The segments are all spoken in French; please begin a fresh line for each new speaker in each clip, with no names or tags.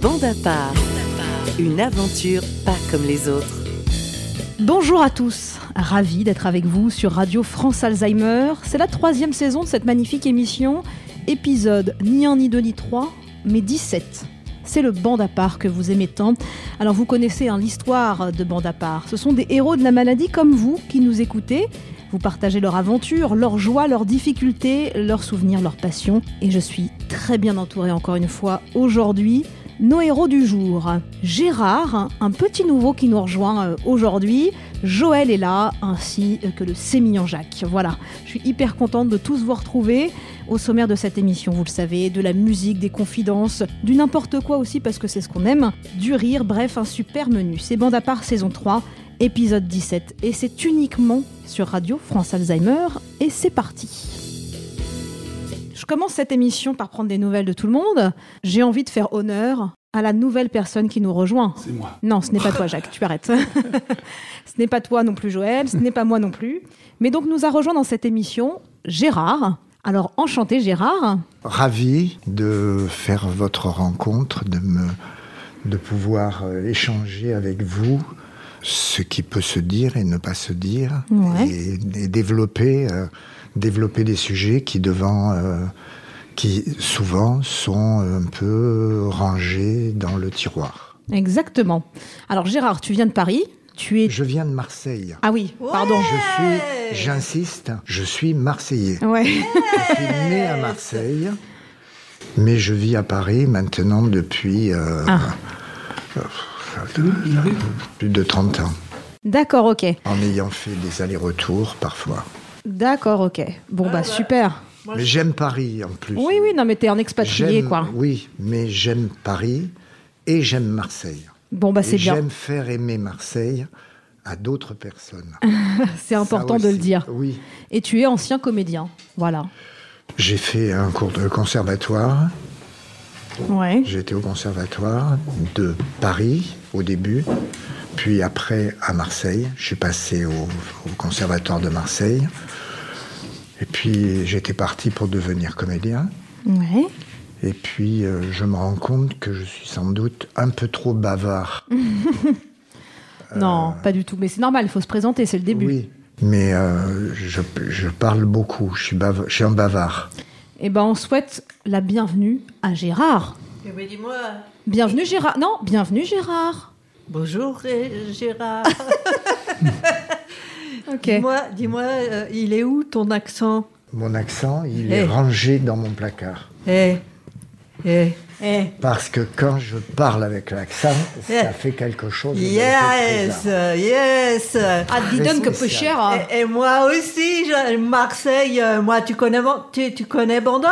Bande à part. Une aventure pas comme les autres.
Bonjour à tous, ravi d'être avec vous sur Radio France Alzheimer. C'est la troisième saison de cette magnifique émission, épisode ni un ni deux ni trois, mais 17. C'est le bande à part que vous aimez tant. Alors vous connaissez hein, l'histoire de bande à part. Ce sont des héros de la maladie comme vous qui nous écoutez. Vous partagez leur aventure, leur joie, leurs difficultés, leurs souvenirs, leurs passions. Et je suis très bien entourée encore une fois aujourd'hui nos héros du jour. Gérard, un petit nouveau qui nous rejoint euh, aujourd'hui. Joël est là, ainsi euh, que le sémillant Jacques. Voilà, je suis hyper contente de tous vous retrouver. Au sommaire de cette émission, vous le savez, de la musique, des confidences, du n'importe quoi aussi parce que c'est ce qu'on aime, du rire, bref, un super menu. C'est Bande à part saison 3, épisode 17. Et c'est uniquement sur Radio France Alzheimer. Et c'est parti. Je commence cette émission par prendre des nouvelles de tout le monde. J'ai envie de faire honneur à la nouvelle personne qui nous rejoint.
C'est moi.
Non, ce n'est pas toi, Jacques, tu arrêtes. ce n'est pas toi non plus, Joël, ce n'est pas moi non plus. Mais donc, nous a rejoint dans cette émission Gérard. Alors, enchanté, Gérard.
Ravi de faire votre rencontre, de, me, de pouvoir euh, échanger avec vous ce qui peut se dire et ne pas se dire,
Ouais.
et, et développer, euh, développer des sujets qui, devant, euh, qui souvent sont un peu rangés dans le tiroir.
Exactement. Alors, Gérard, tu viens de Paris. Tu es.
Je viens de Marseille.
Ah oui, pardon.
Je suis, j'insiste, je suis marseillais.
Ouais.
Je suis né à Marseille, mais je vis à Paris maintenant depuis euh,
Ah.
plus de 30 ans,
D'accord, ok.
en ayant fait des allers-retours parfois.
D'accord, ok. Bon,
Ah,
bah, super.
Mais j'aime Paris en plus.
Oui, oui, non, mais t'es un expatrié,
J'aime-
quoi.
Oui, mais j'aime Paris et j'aime Marseille.
Bon, bah,
Et
c'est bien.
J'aime faire aimer Marseille à d'autres personnes.
C'est
Ça
important de le
aussi.
dire.
Oui.
Et tu es ancien comédien. Voilà.
J'ai fait un cours de conservatoire.
Ouais.
J'étais au conservatoire de Paris au début, puis après à Marseille. Je suis passé au, au conservatoire de Marseille. Et puis j'étais parti pour devenir comédien.
Ouais.
Et puis euh, je me rends compte que je suis sans doute un peu trop bavard.
Euh.
Non, pas du tout. Mais c'est normal, il faut se présenter, c'est le début.
Oui. Mais euh, je, je parle beaucoup, je suis, bava- je suis un bavard.
Eh ben, on souhaite la bienvenue à Gérard.
Eh ben, dis-moi.
Bienvenue Gérard. Non, bienvenue Gérard.
Bonjour Ré- Eh, Gérard.
Ok.
dis-moi, dis-moi, euh, il est où ton accent
Mon accent, il
Eh.
est rangé dans mon placard.
Eh, eh, eh.
Parce que quand je parle avec l'accent, ça
Yeah.
fait quelque chose. de
Eh. Yes,
bizarre.
yes. Eh,
Ah, dis donc que peu
Spécial.
cher. hein.
Et, et moi aussi, je- Marseille. euh, Moi, tu connais, Ban- tu, tu connais Bandol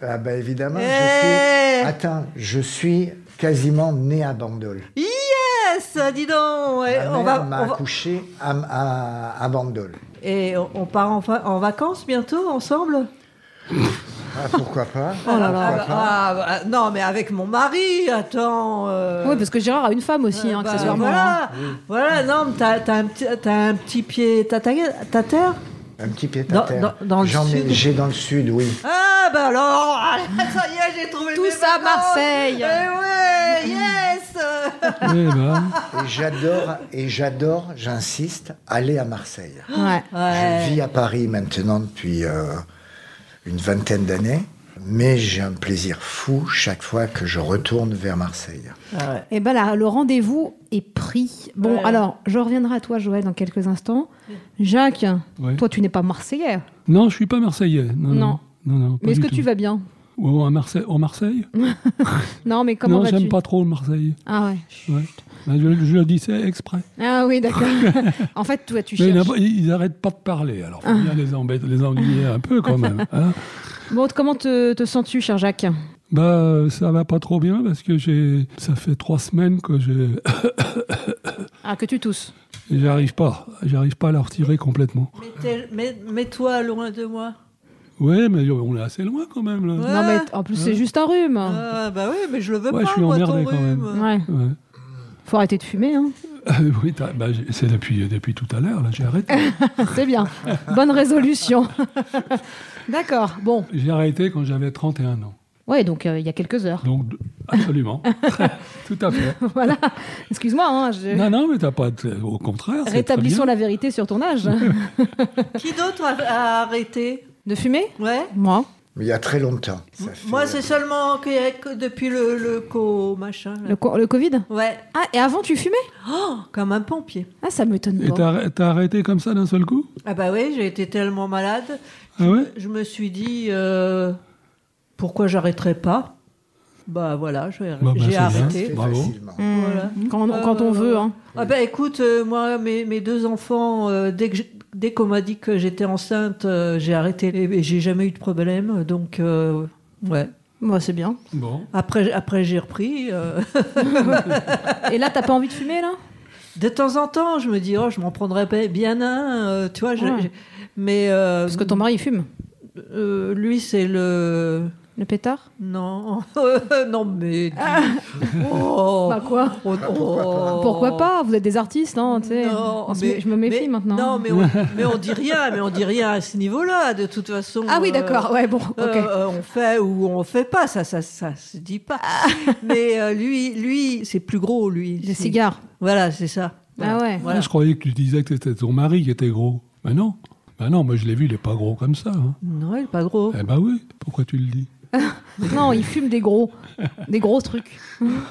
Ah ben évidemment, je
Eh.
suis... Attends, je suis quasiment né à Bandol.
Yes, dis donc. Et
Ma
Eh, on, va,
mère m'a
on va-
accouché à, à, à Bandol.
et on- on part en, va- en vacances bientôt ensemble.
Ah, pourquoi pas
Ah,
Pourquoi
bah,
pas
ah, bah, non, mais avec mon mari. Attends. euh,
Oui, parce que Gérard a une femme aussi, hein,
Bah,
accessoirement. hein.
voilà, voilà, non, mais t'as, t'as un petit, t'as un petit pied tata- terre
Un petit pied à
Dans-
terre.
dans- dans le
J'en ai-
sud.
J'ai dans le sud, oui.
Ah bah alors, ah, ça y est, j'ai trouvé
Tous
mes
à
vacances.
Marseille.
Eh ouais, yes.
Eh ben,
Et j'adore, et j'adore, j'insiste, aller à Marseille.
Ouais.
Ouais.
Je vis à Paris maintenant depuis euh, une vingtaine d'années, mais j'ai un plaisir fou chaque fois que je retourne vers Marseille.
Et ben là, le rendez-vous est pris. Bon,
Ouais.
alors, je reviendrai à toi, Joël, dans quelques instants. Jacques,
ouais.
toi, tu n'es pas marseillais.
Non, je suis pas marseillais. Non,
Non.
non, non, non, pas
mais est-ce
du
que tu
tout.
vas bien
Ouais, à Marseille, en Marseille
Non, mais comment
Non,
vas-tu
j'aime pas trop Marseille.
Ah ouais.
Ouais. Ben, Je, je le dis c'est exprès.
Ah oui, d'accord. en fait, toi, tu
Mais
cherches. Ah.
n'importe- ils n'arrêtent pas de parler. Alors, faut bien les embêter, les ennuyer un peu quand même. hein.
Bon, comment te, te sens-tu, cher Jacques
Bah, euh, ça va pas trop bien parce que j'ai, ça fait trois semaines que je,
Ah, que tu tousses.
j'arrive pas, j'arrive pas à la retirer complètement.
Mais t'es- mais- Mets-toi loin de moi.
Ouais, mais on est assez loin quand même là.
Ouais.
Non, mais t- en plus, c'est juste un rhume.
Ah bah oui, mais je le veux
Ouais,
pas,
je suis
moi, ton
emmerdé, quand même.
rhume.
Ouais.
Ouais.
Faut arrêter de fumer, hein.
oui, t'as- bah, j'ai- c'est depuis, depuis tout à l'heure là, j'ai arrêté.
C'est bien. Bonne résolution. D'accord. Bon.
J'ai arrêté quand j'avais 31 ans.
Ouais, donc euh, il y a quelques heures.
Donc, d- absolument. Tout à fait.
Voilà. Excuse-moi. hein, je-
Non, non, mais t'as pas. de- Au contraire. c'est très
Rétablissons
bien.
la vérité sur ton âge.
Qui d'autre a, a arrêté
De fumer
Ouais.
Moi.
Mais il y a très longtemps. Ça fait- euh,
Moi, c'est seulement que, que depuis le, le co machin. là.
Le, co- le Covid
Ouais.
Ah, et avant, tu fumais
Oh, comme un pompier.
Ah, ça m'étonne
Et
pas.
t'as t'as arrêté comme ça d'un seul coup
Ah bah oui, j'ai été tellement malade.
Ah ouais
Je me suis dit euh, pourquoi j'arrêterais pas. Bah voilà, je- j'ai
bah, c'est bien.
C'est
arrêté.
Bravo.
facilement.
Mmh.
Voilà.
Quand, on- quand on
Euh,
veut. Hein.
Ah bah écoute, euh, moi mes, mes deux enfants, euh, dès que j'ai- dès qu'on m'a dit que j'étais enceinte, euh, j'ai arrêté et, et j'ai jamais eu de problème. Donc euh, ouais.
Moi, c'est bien.
Bon.
Après après j'ai repris. euh,
Et là, t'as pas envie de fumer, là
de temps en temps, je me dis oh je m'en prendrais pas bien un, euh, tu vois. j'ai-
Ouais.
j'ai- Mais euh,
Parce que ton mari, il fume.
euh, lui c'est le
Le pétard
non non mais dis- Oh.
Bah quoi
Oh, oh.
Pourquoi pas Vous êtes des artistes, hein, tu sais.
Non,
On se
mais-
mé- je me méfie
mais-
maintenant.
Non, mais on, mais on dit rien, mais on dit rien à ce niveau-là, de toute façon.
Ah oui,
euh,
d'accord. Ouais, bon, ok.
euh, euh, on fait ou on fait pas, ça, ça, ça se dit pas.
Ah.
mais euh, lui, lui, c'est plus gros, lui.
Des
C'est-
cigares.
Voilà, c'est ça. Voilà.
Ah ouais.
Voilà.
Ah, je croyais que tu disais que c'était ton mari qui était gros. Ben non. Ben non, moi je l'ai vu, il est pas gros comme ça. hein.
Non, il est pas gros.
Eh ben oui, pourquoi tu le dis
Non, il fume des gros. Des gros trucs.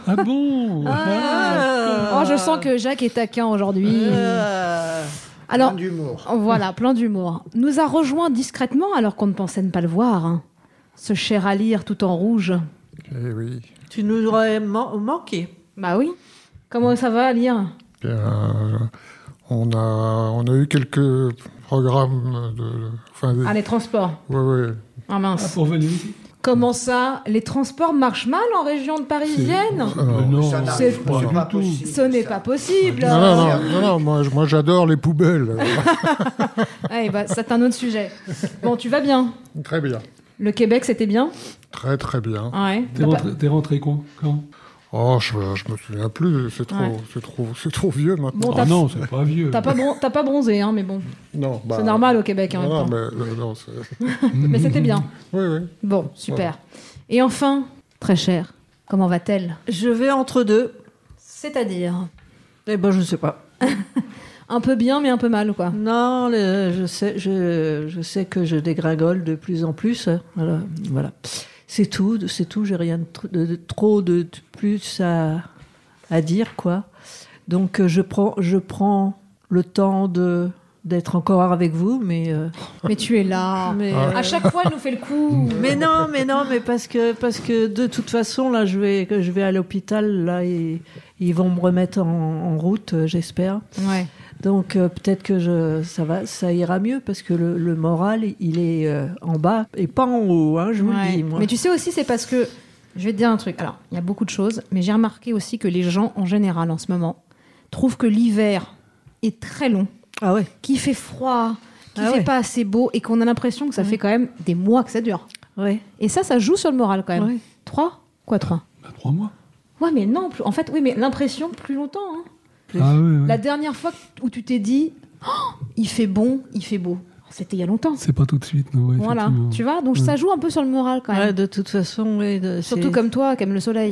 Ah bon
Ah. Oh, je sens que Jacques est taquin aujourd'hui.
Euh,
Alors,
Plein d'humour.
voilà, plein d'humour. Nous a rejoint discrètement, alors qu'on ne pensait ne pas le voir, hein, ce cher à lire tout en rouge.
Eh oui.
tu nous aurais man- manqué.
Bah oui. Comment ça va, lire
Bien, euh, on, a, on a eu quelques programmes de. de- Enfin, des-
Ah, les transports.
ouais, ouais.
Ah
Ah,
mince.
Pour venir ici
Comment ça Les transports marchent mal en région de parisienne
Alors,
Ben Non,
Oh, Ça n'arrive
c'est
pas,
pas
c'est pas
du tout.
possible,
Ce n'est
ça.
pas possible.
non, non, non, non, non, moi, je- moi j'adore les poubelles.
Ouais, bah, c'est un autre sujet. Bon, tu vas bien.
très bien.
Le Québec, c'était bien
Très, très bien.
Ouais.
T'es rentré, t'es rentré quand, quand
Oh, je, je me souviens plus, c'est trop,
Ouais.
c'est trop, c'est trop vieux maintenant.
Bon,
Ah
t'as
non, c'est pas vieux.
t'as pas, bron- t'as pas bronzé, hein, mais bon,
Non, bah,
c'est normal au Québec. hein, en
Non,
même temps.
mais, euh, non, c'est-
mais c'était bien.
oui, oui.
Bon, super. Et enfin, très chère, comment va-t-elle
Je vais entre deux.
C'est-à-dire
Eh ben, je sais pas.
un peu bien, mais un peu mal, quoi.
Non, le- je sais, je, je sais que je dégringole de plus en plus. hein. Voilà, voilà. c'est tout, c'est tout. J'ai rien de, tr- de- de trop de, de plus à, à dire, quoi. Donc euh, je prends, je prends le temps de d'être encore avec vous, mais euh,
Mais tu es là.
mais, euh,
À chaque fois, elle nous fait le coup.
mais non, mais non, mais parce que parce que de toute façon là, je vais que je vais à l'hôpital là et ils vont me remettre en, en route, euh, j'espère.
Ouais.
Donc euh, peut-être que je, ça va, ça ira mieux parce que le, le moral il est euh, en bas et pas en haut, hein, je vous
Ouais.
le dis moi.
Mais tu sais aussi, c'est parce que je vais te dire un truc. Alors, il y a beaucoup de choses, mais j'ai remarqué aussi que les gens en général en ce moment trouvent que l'hiver est très long,
Ah ouais,
qu'il fait froid, qu'il
Ah
fait
ouais.
pas assez beau et qu'on a l'impression que ça fait quand même des mois que ça dure.
ouais,
Et ça, ça joue sur le moral quand même.
Ouais.
Trois Quoi trois
Ben, trois mois.
Ouais, mais non. plus- En fait, oui, mais l'impression plus longtemps. hein.
Ah oui, oui.
La dernière fois où tu t'es dit, Oh, il fait bon, il fait beau, c'était il y a longtemps.
C'est pas tout de suite, non, ouais,
Voilà,
effectivement.
tu vois. Donc ça joue un peu sur le moral quand même.
Ouais, de toute façon, ouais, de-
Surtout
c'est-
comme toi, qui aime le soleil.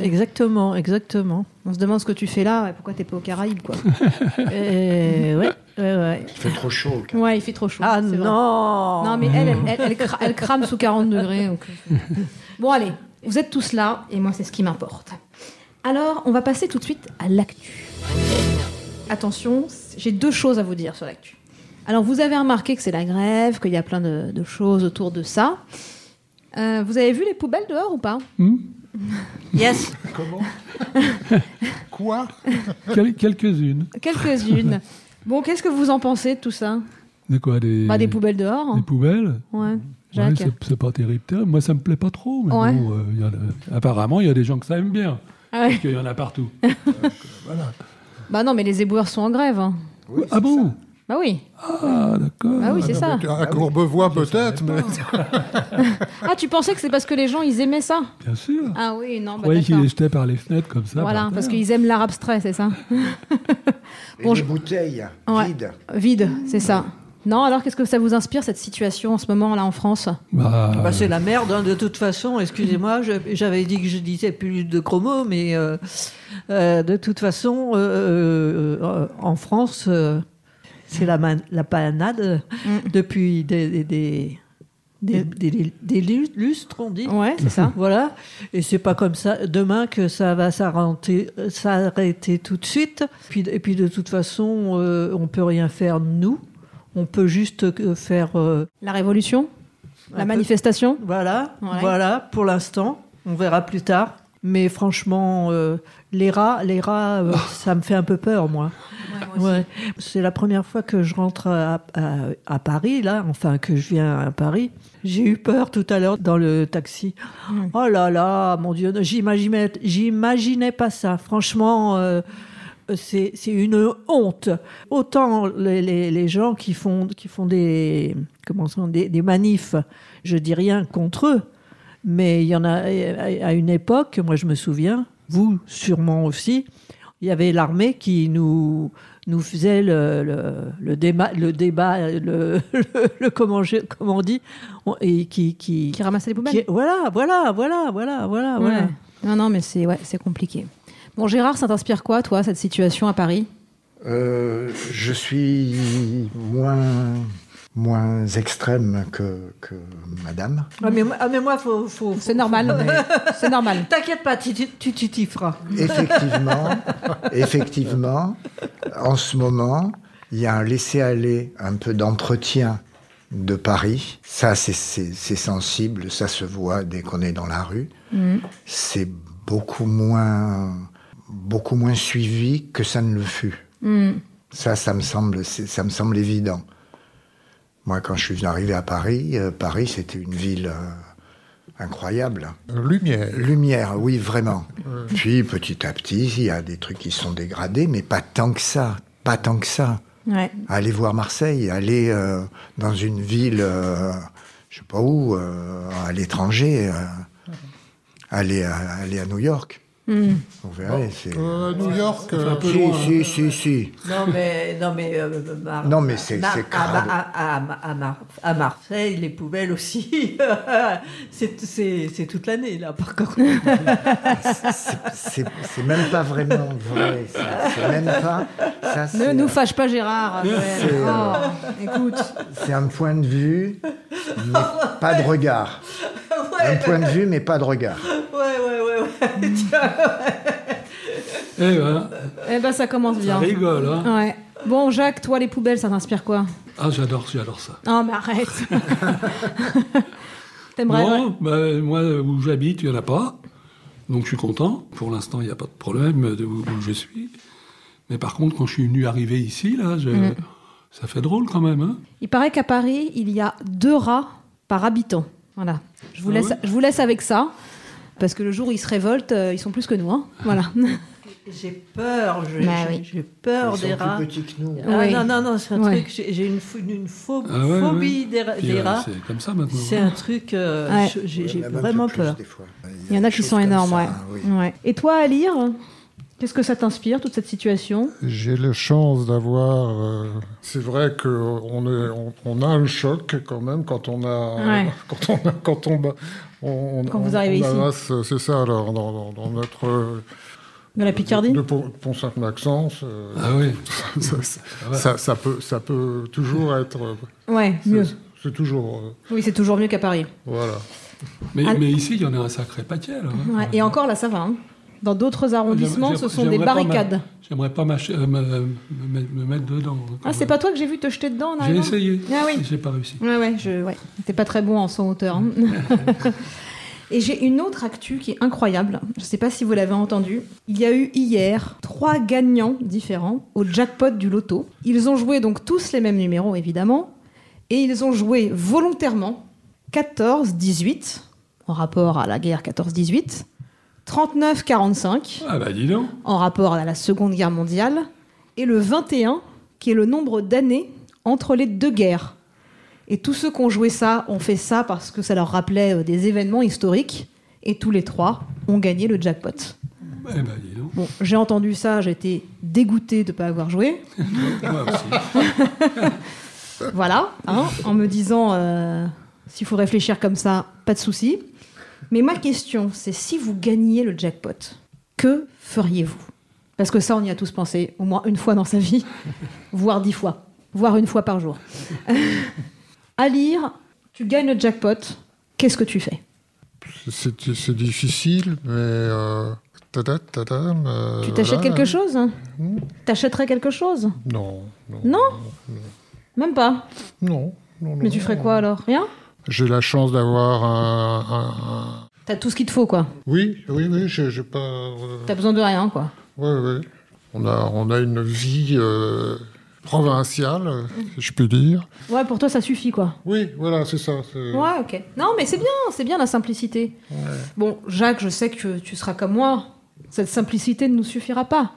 exactement, exactement.
On se demande ce que tu fais là, ouais, pourquoi t'es pas aux Caraïbes, quoi.
Et- ouais, ouais, ouais.
Il fait trop chaud.
ouais, il fait trop chaud.
Ah
c'est vrai.
non,
Non, mais elle, elle, elle- elle cra- elle crame sous 40 degrés. donc. euh. Bon, allez, vous êtes tous là, et moi, c'est ce qui m'importe. Alors, on va passer tout de suite à l'actu. Attention, c- j'ai deux choses à vous dire sur l'actu. Alors, vous avez remarqué que c'est la grève, qu'il y a plein de, de choses autour de ça. Euh, vous avez vu les poubelles dehors ou pas
Hmm
yes,
Comment Quoi
Quel- Quelques-unes.
Quelques-unes. Bon, qu'est-ce que vous en pensez de tout ça
De quoi des,
Bah, Des poubelles dehors.
Des poubelles
Ouais,
Ouais,
Jacques.
c'est- c'est pas terrible, terrible. Moi, ça me plaît pas trop. Mais
Ouais.
bon, euh, il y en a- apparemment, il y a des gens que ça aime bien.
Ah ouais.
Parce qu'il y en a partout.
Bah non, mais les éboueurs sont en grève. hein.
ah bon
Bah oui.
Ah, d'accord.
Bah oui, c'est
Non,
ça.
mais À Courbevoie, peut-être, mais.
Ah, tu pensais que c'est parce que les gens, ils aimaient ça
Bien sûr.
Ah oui, non,
Vous
bah
voyez qu'il
d'accord.
les jetait par les fenêtres comme ça.
Voilà,
hein.
par
parce
terre.
qu'ils aiment l'art abstrait, c'est ça
Et
Bon,
les
je-
bouteilles
Ouais.
vides.
Vide, c'est ça. Non, alors qu'est-ce que ça vous inspire cette situation en ce moment là en France
Bah,
Bah, c'est la merde, hein, de toute façon. Excusez-moi, je- j'avais dit que je disais plus de chromo, mais euh, euh, de toute façon, euh, euh, euh, en France, euh, c'est la, man- la panade euh,
Mm.
depuis des, des, des, des- des- des lu- lustres, on dit.
Ouais, c'est ça.
Voilà, et c'est pas comme ça demain que ça va s'arrêter s'arrêter tout de suite. Puis, et puis de toute façon, euh, on peut rien faire nous. On peut juste euh, faire euh,
La révolution, la
Un peu.
manifestation.
voilà,
Ouais.
voilà, pour l'instant. On verra plus tard. Mais franchement, euh, les rats, les rats, euh, ça me fait un peu peur, moi. Ouais. C'est la première fois que je rentre à, à- à Paris, là, enfin que je viens à Paris. J'ai eu peur tout à l'heure dans le taxi. Oh là là, mon Dieu, j'imaginais, j'imaginais pas ça. Franchement, euh, c'est c'est une honte. Autant les, les- les gens qui font, qui font des, comment ça, des, des manifs, je dis rien contre eux, mais il y en a à à une époque, moi je me souviens, vous sûrement aussi, il y avait l'armée qui nous, nous faisait le, le, le déma- le débat, le, le- le- comment, je- comment on dit, on- et qui, qui,
Qui ramassait les poubelles.
qui- Ah voilà, voilà, voilà, voilà, voilà, voilà.
Ouais. Non, non, mais c'est ouais, c'est compliqué. Bon, Gérard, ça t'inspire quoi, toi, cette situation à Paris
Euh, je suis moins, moins extrême que, que madame.
Ah, mais, moi- ah, mais moi, faut, faut,
C'est
faut-
normal. C'est normal.
T'inquiète pas, tu tu- tu- tu t'y feras.
Effectivement, effectivement, en ce moment, il y a un laisser-aller, un peu d'entretien de Paris. Ça, c'est- c'est c'est sensible, ça se voit dès qu'on est dans la rue.
Mm.
C'est beaucoup moins, beaucoup moins suivi que ça ne le fut.
Hmm,
Ça, ça me semble, c'est- ça me semble évident. Moi, quand je suis arrivé à Paris, euh, Paris, c'était une ville euh, incroyable.
Euh, Lumière.
Lumière, oui, vraiment. Puis petit à petit, il y a des trucs qui sont dégradés, mais pas tant que ça. Pas tant que ça.
Ouais.
Aller voir Marseille, aller euh, dans une ville, euh, je sais pas où, euh, à l'étranger, euh, aller, à, aller à New York. On verra. c'est-
Euh, New York. euh,
si, si, si, si.
Non mais non mais euh, Mar-
Non, mais c'est-
Mar-
c'est
à,
grave.
à- à- à Mar- à Marseille les poubelles aussi c'est c'est- c'est toute l'année là par contre
C'est c'est même pas vraiment vrai. ça. C'est même pas. ça,
Ne
c'est- euh,
nous fâche pas, Gérard.
C'est, euh,
Oh, écoute.
C'est un point de vue, mais pas de regard. Un point de vue, mais pas de regard.
ouais ouais ouais, ouais. Tiens.
eh ben,
Eh ben, ça commence
ça
bien.
rigole, hein
Ouais. Bon, Jacques, toi, les poubelles, ça t'inspire quoi
Ah, j'adore, j'adore ça.
Non, mais arrête. T'aimerais. ouais.
non, bah, moi, où j'habite, il n'y en a pas. Donc, je suis content. Pour l'instant, il n'y a pas de problème de où, où je suis. Mais par contre, quand je suis venu arriver ici, là, je-
Mm.
ça fait drôle quand même. Hein
Il paraît qu'à Paris, il y a deux rats par habitant. Voilà. Je vous,
Ah
laisse,
ouais
je vous laisse avec ça. Parce que le jour où ils se révoltent, euh, ils sont plus que nous. hein. Voilà.
j'ai peur je- j'ai
Bah oui.
j'ai peur
Ils sont
des rats
plus petits que nous.
Ah,
Oui.
non non non c'est un
Ouais.
truc j'ai j'ai une, phobie- une pho-
Ah ouais,
phobie
ouais.
des, ra-
Puis,
des
euh,
rats
c'est comme ça maintenant.
c'est un truc euh,
Ouais.
je- j'ai j'ai
Il y en a même
vraiment
plus,
peur
des fois.
Il y en a
des
qui
choses
sont
comme
énormes,
ça,
ouais.
hein, oui.
Ouais. Et toi, à lire, qu'est-ce que ça t'inspire, toute cette situation
J'ai la chance d'avoir. euh, c'est vrai qu'on on, on a un choc quand même quand on a.
Ouais.
Quand on a- Quand on, ba- on- on-
Quand vous
on-
arrivez
on
ici.
amasse, C'est ça, alors, dans, dans- dans notre. euh,
De la Picardie
De, Pont- Pont-Saint-Maxence. euh,
Ah oui.
ça, ça- ça- ça peut, ça peut toujours être. euh,
Ouais,
c'est-
mieux.
C'est toujours. euh,
Oui, c'est toujours mieux qu'à Paris.
voilà.
Mais,
Ah.
mais ici, il y en a un sacré paquet. Là, hein.
Ouais, Et encore, là, ça va. hein. Dans d'autres arrondissements,
J'aimerais-
ce sont des
j'aimerais pas m'a-
barricades.
J'aimerais pas m'ach- euh, me, me- me mettre dedans. hein, quand
Ah, c'est
même.
pas toi que j'ai vu te jeter dedans en
J'ai
arrivant
essayé.
Ah oui.
J'ai pas réussi.
Ouais, ouais, je, ouais. T'es pas très bon en son hauteur. hein. Et j'ai une autre actu qui est incroyable. Je sais pas si vous l'avez entendu. Il y a eu hier trois gagnants différents au jackpot du loto. Ils ont joué donc tous les mêmes numéros, évidemment. Et ils ont joué volontairement 14-18, en rapport à la guerre 14-18, 39-45,
Ah bah dis donc.
en rapport à la Seconde Guerre mondiale, et le 21, qui est le nombre d'années entre les deux guerres. Et tous ceux qui ont joué ça ont fait ça parce que ça leur rappelait euh, des événements historiques, et tous les trois ont gagné le jackpot.
Eh ben dis donc.
Bon, j'ai entendu ça, j'étais dégoûtée de ne pas avoir joué.
Moi aussi.
Voilà, hein, en me disant euh, s'il faut réfléchir comme ça, pas de souci. Mais ma question, c'est si vous gagniez le jackpot, que feriez-vous Parce que ça, on y a tous pensé, au moins une fois dans sa vie, voire dix fois, voire une fois par jour. à lire, tu gagnes le jackpot, qu'est-ce que tu fais
C'est c'est difficile, mais. euh, tada, tadam, euh,
Tu t'achètes
voilà.
quelque chose hein T'achèterais quelque chose
Non. Non
Non Même pas.
Non. non,
Mais
non,
tu ferais
non.
quoi alors Rien
J'ai la chance d'avoir un, un- un-
T'as tout ce qu'il te faut, quoi.
Oui, oui, oui, j'ai j'ai pas. euh,
T'as besoin de rien, quoi.
Ouais, ouais. On a, on a une vie euh, provinciale, si je puis dire.
Ouais, pour toi, ça suffit, quoi.
Oui, voilà, c'est ça. c'est-
Ouais, ok. Non, mais c'est bien, c'est bien la simplicité. Bon, Jacques, je sais que tu seras comme moi. Cette simplicité ne nous suffira pas.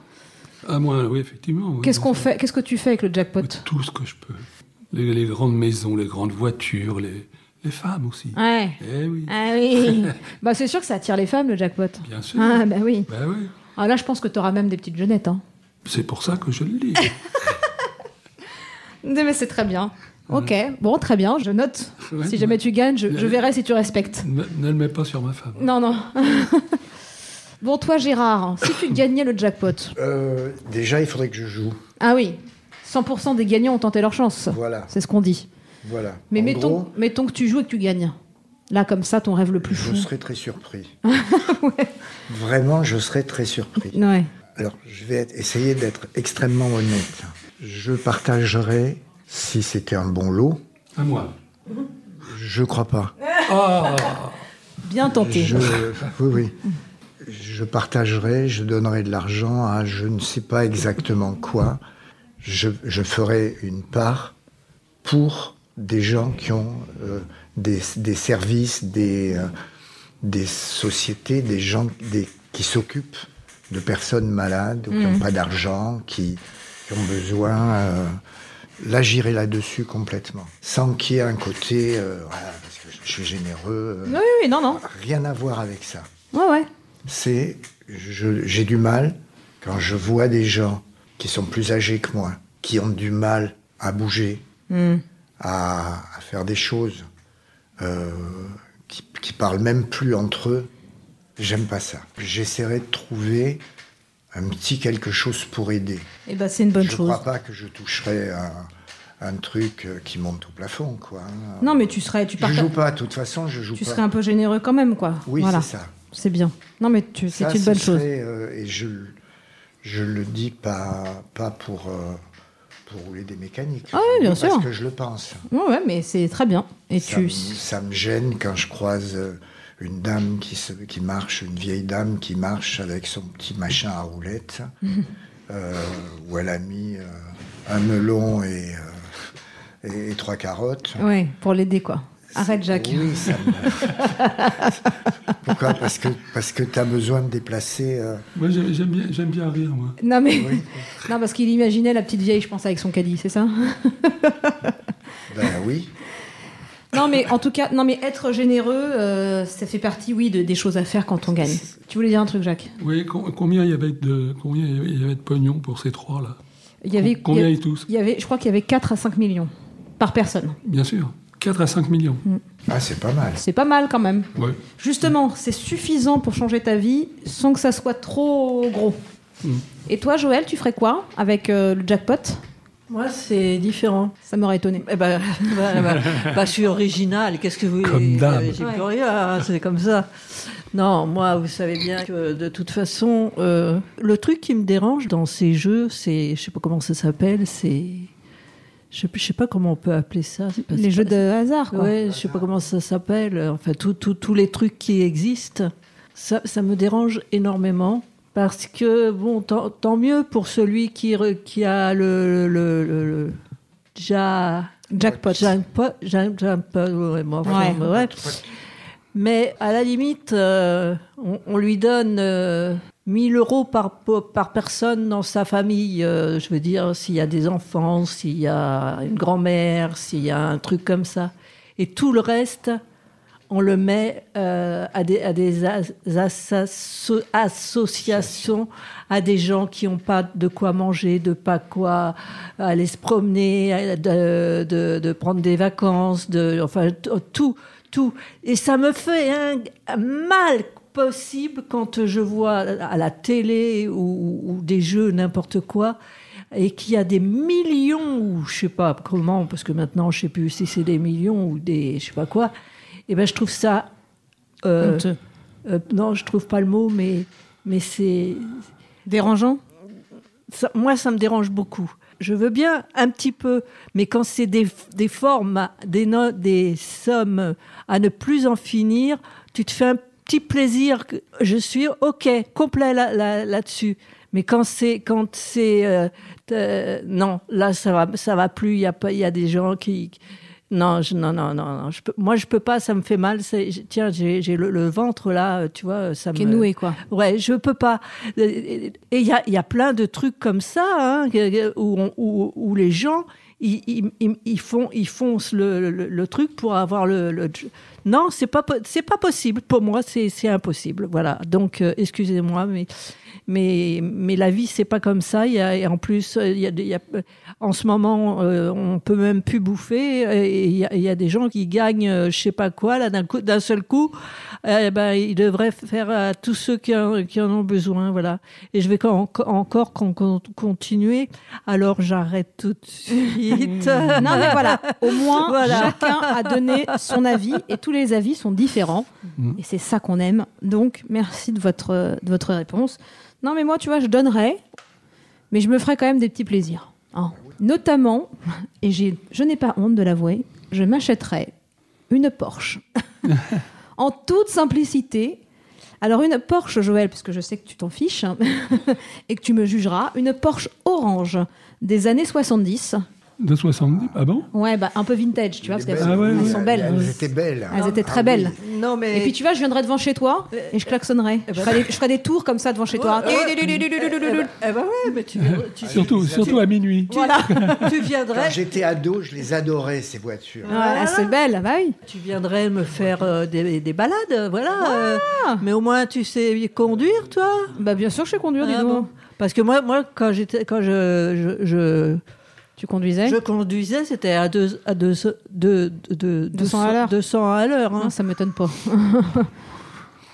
Ah, moi, oui, effectivement. oui.
Qu'est-ce qu'on fait Qu'est-ce que tu fais avec le jackpot
Tout ce que je peux. Les, les grandes maisons, les grandes voitures, les, les femmes aussi.
Ouais.
Eh oui,
Ah oui. bah c'est sûr que ça attire les femmes le jackpot.
bien sûr.
Ah bah oui.
Ben oui.
Ah là, je pense que t'auras même des petites jeunettes. Hein.
C'est pour ça que je le lis.
Mais c'est très bien. Ok, bon, très bien, je note.
Ouais,
si jamais tu gagnes, je, je verrai si tu respectes.
Ne, ne le mets pas sur ma femme.
Non, non. bon, toi, Gérard, si tu gagnais le jackpot,
Euh, déjà, il faudrait que je joue.
Ah oui, 100% des gagnants ont tenté leur chance.
Voilà.
C'est ce qu'on dit.
Voilà.
Mais
En
mettons,
gros,
mettons que tu joues et que tu gagnes. Là, comme ça, ton rêve le plus fou.
je serais très surpris. Vraiment, je serais très surpris.
Ouais.
Alors, je vais être- essayer d'être extrêmement honnête. Je partagerai, si c'était un bon lot,
À moi.
je crois pas.
Bien tenté.
Je, oui, oui. Je partagerai, je donnerai de l'argent à je ne sais pas exactement quoi. Je, je ferai une part pour des gens qui ont euh, des, des services, des, euh, des sociétés, des gens des- qui s'occupent de personnes malades ou qui n'ont pas d'argent, qui, qui ont besoin. euh, là, j'irai là-dessus complètement. Sans qu'il y ait un côté, euh, voilà, parce que je suis généreux. euh,
Oui, oui, oui, non, non.
rien à voir avec ça.
Ouais, ouais.
C'est, je- j'ai du mal quand je vois des gens qui sont plus âgés que moi, qui ont du mal à bouger,
Hmm.
à, à faire des choses, euh, qui, qui parlent même plus entre eux. J'aime pas ça. J'essaierai de trouver un petit quelque chose pour aider.
Et ben, c'est une bonne
je
chose.
crois pas que je toucherai un, un truc euh, qui monte au plafond, quoi. hein.
Non, mais tu serais, tu
je
parta-
joue pas. De toute façon, je joue
tu
pas.
serais un peu généreux quand même, quoi.
Oui,
voilà.
c'est ça.
C'est bien. Non, mais tu, c'est
Ça,
une
ce
bonne chose.
serait, euh, et je, le- je le dis pas, pas pour, euh, pour rouler des mécaniques.
Ah
Je
oui,
le
bien
dis
sûr.
Parce que je le pense.
Ouais, ouais, mais c'est très bien. Et
Ça,
tu.
me, ça me gêne quand je croise euh, une dame qui, se, qui marche, une vieille dame qui marche avec son petit machin à roulette, euh, où elle a mis euh, un melon et, euh, et- et trois carottes.
Ouais, pour l'aider, quoi. Arrête, Jacques.
Oui, ça me- Pourquoi Parce que, parce que tu as besoin de déplacer. euh,
Moi, j'ai- j'aime bien, j'aime bien rire, moi.
Non, mais. non, parce qu'il imaginait la petite vieille, je pense, avec son caddie, c'est ça
ben oui.
Non, mais en tout cas, non, mais être généreux, euh, ça fait partie, oui, de, des choses à faire quand on gagne. Tu voulais dire un truc, Jacques
Oui, com- combien il y avait de, combien il y avait de pognon pour ces trois-là
Il y avait
Combien
il y
ils tous
il y avait, je crois qu'il y avait 4 à 5 millions par personne.
Bien sûr. 4 à 5 millions.
Mm.
Ah, c'est pas mal.
C'est pas mal quand même.
Ouais.
Justement, c'est suffisant pour changer ta vie sans que ça soit trop gros. Et toi, Joël, tu ferais quoi avec euh, le jackpot
Moi, c'est différent.
Ça m'aurait étonné.
Eh ben, bah, bah, bah, je suis originale. Qu'est-ce que vous voulez
Comme d'hab.
Euh, J'ai
Ouais.
plus rien, c'est comme ça. Non, moi, vous savez bien que de toute façon, euh, le truc qui me dérange dans ces jeux, c'est, je sais pas comment ça s'appelle, c'est, je sais, plus- je sais pas comment on peut appeler ça. c'est pas-
Les
c'est
jeux
pas-
de hasard, quoi.
Ouais, je sais pas comment ça s'appelle. Enfin, tout- tout- tous les trucs qui existent, ça, ça me dérange énormément. Parce que, bon, tant, tant mieux pour celui qui, re- qui a le. le, le- le- ja-
Jackpot.
Jackpot. ja- jackpot, ouais, bon, enfin,
Ouais.
bref. Mais à la limite, euh, on, on lui donne euh, 1000 euros par, po- par personne dans sa famille. euh, je veux dire, s'il y a des enfants, s'il y a une grand-mère, s'il y a un truc comme ça. Et tout le reste, on le met euh, à des, à des as- asso- associations, à des gens qui n'ont pas de quoi manger, de pas quoi aller se promener, à- de, de- de prendre des vacances, de, enfin t- tout, tout. Et ça me fait un, un mal possible quand je vois à la télé ou, ou des jeux n'importe quoi et qu'il y a des millions ou je sais pas comment parce que maintenant je sais plus si c'est des millions ou des je sais pas quoi eh ben, je trouve ça. euh,
Honteux.
euh, non, je trouve pas le mot, mais, mais c'est.
Dérangeant
ça- moi, ça me dérange beaucoup. Je veux bien un petit peu, mais quand c'est des, des formes, des, no- des sommes à ne plus en finir, tu te fais un petit plaisir. que- Je suis OK, complet là- là- là-dessus. mais quand c'est. Quand c'est euh, euh, non, là, ça va, ça va plus. Il y, a pas- il y a des gens qui. Non, je, non, non, non, non. Je peux- moi, je peux pas, ça me fait mal. c'est- je- Tiens, j'ai j'ai le, le ventre là, euh, tu vois, ça
Qui est
me.
noué, quoi.
Ouais, je peux pas. Et il y a, il y a plein de trucs comme ça hein, où, on- où- où les gens ils, ils- ils- ils font ils foncent le, le- le truc pour avoir le. le- Non, c'est pas po- c'est pas possible. Pour moi, c'est c'est impossible. Voilà. Donc, euh, excusez-moi, mais. Mais, mais la vie, c'est pas comme ça. Il y a, et en plus, euh, il y a, des- il y a- en ce moment, euh, on peut même plus bouffer. euh, Et il y, a- il y a des gens qui gagnent, euh, je sais pas quoi, là, d'un coup, d'un seul coup. Eh ben, ils devraient faire à tous ceux qui en, qui en ont besoin, voilà. Et je vais quand- enco- encore con- con- continuer. Alors, j'arrête tout de suite.
Non, Ah, mais voilà, au moins,
Voilà.
chacun a donné son avis et tous les avis sont différents.
Mm.
Et c'est ça qu'on aime. Donc, merci de votre, de votre réponse. Non, mais moi, tu vois, je donnerais, mais je me ferais quand même des petits plaisirs. hein. Notamment, et j'ai- je n'ai pas honte de l'avouer, je m'achèterais une Porsche. en toute simplicité. Alors, une Porsche, Joël, parce que je sais que tu t'en fiches hein, et que tu me jugeras, une Porsche orange des années 70.
De 70 Ah bon
Ouais, bah, un peu vintage, tu vois, parce
Elle est
qu'elles
belle.
Ah ouais,
elles
ouais.
sont belles.
Elles étaient belles.
Elles étaient très
Ah
belles.
Non, mais.
Et puis tu vois, je viendrais devant chez toi
Euh,
et je klaxonnerais. Je
ben
ferais
bah.
des, je ferais des tours comme ça devant chez toi.
Eh ben ouais, mais tu, tu,
Surtout, surtout à minuit.
tu- tu viendrais.
Quand j'étais ado, je les adorais, ces voitures.
Ah, c'est belle, bah oui.
Tu viendrais me faire euh, des, des balades, euh, voilà. euh, mais au moins, tu sais conduire, toi
Bah bien sûr que je sais conduire, dis
Ah,
donc.
bon. Parce que moi, moi quand, j'étais- quand je- je- je
Tu conduisais
Je conduisais, c'était à, deux, à deux, deux, deux-
200 à l'heure.
200 à l'heure. hein.
Non, ça m'étonne pas.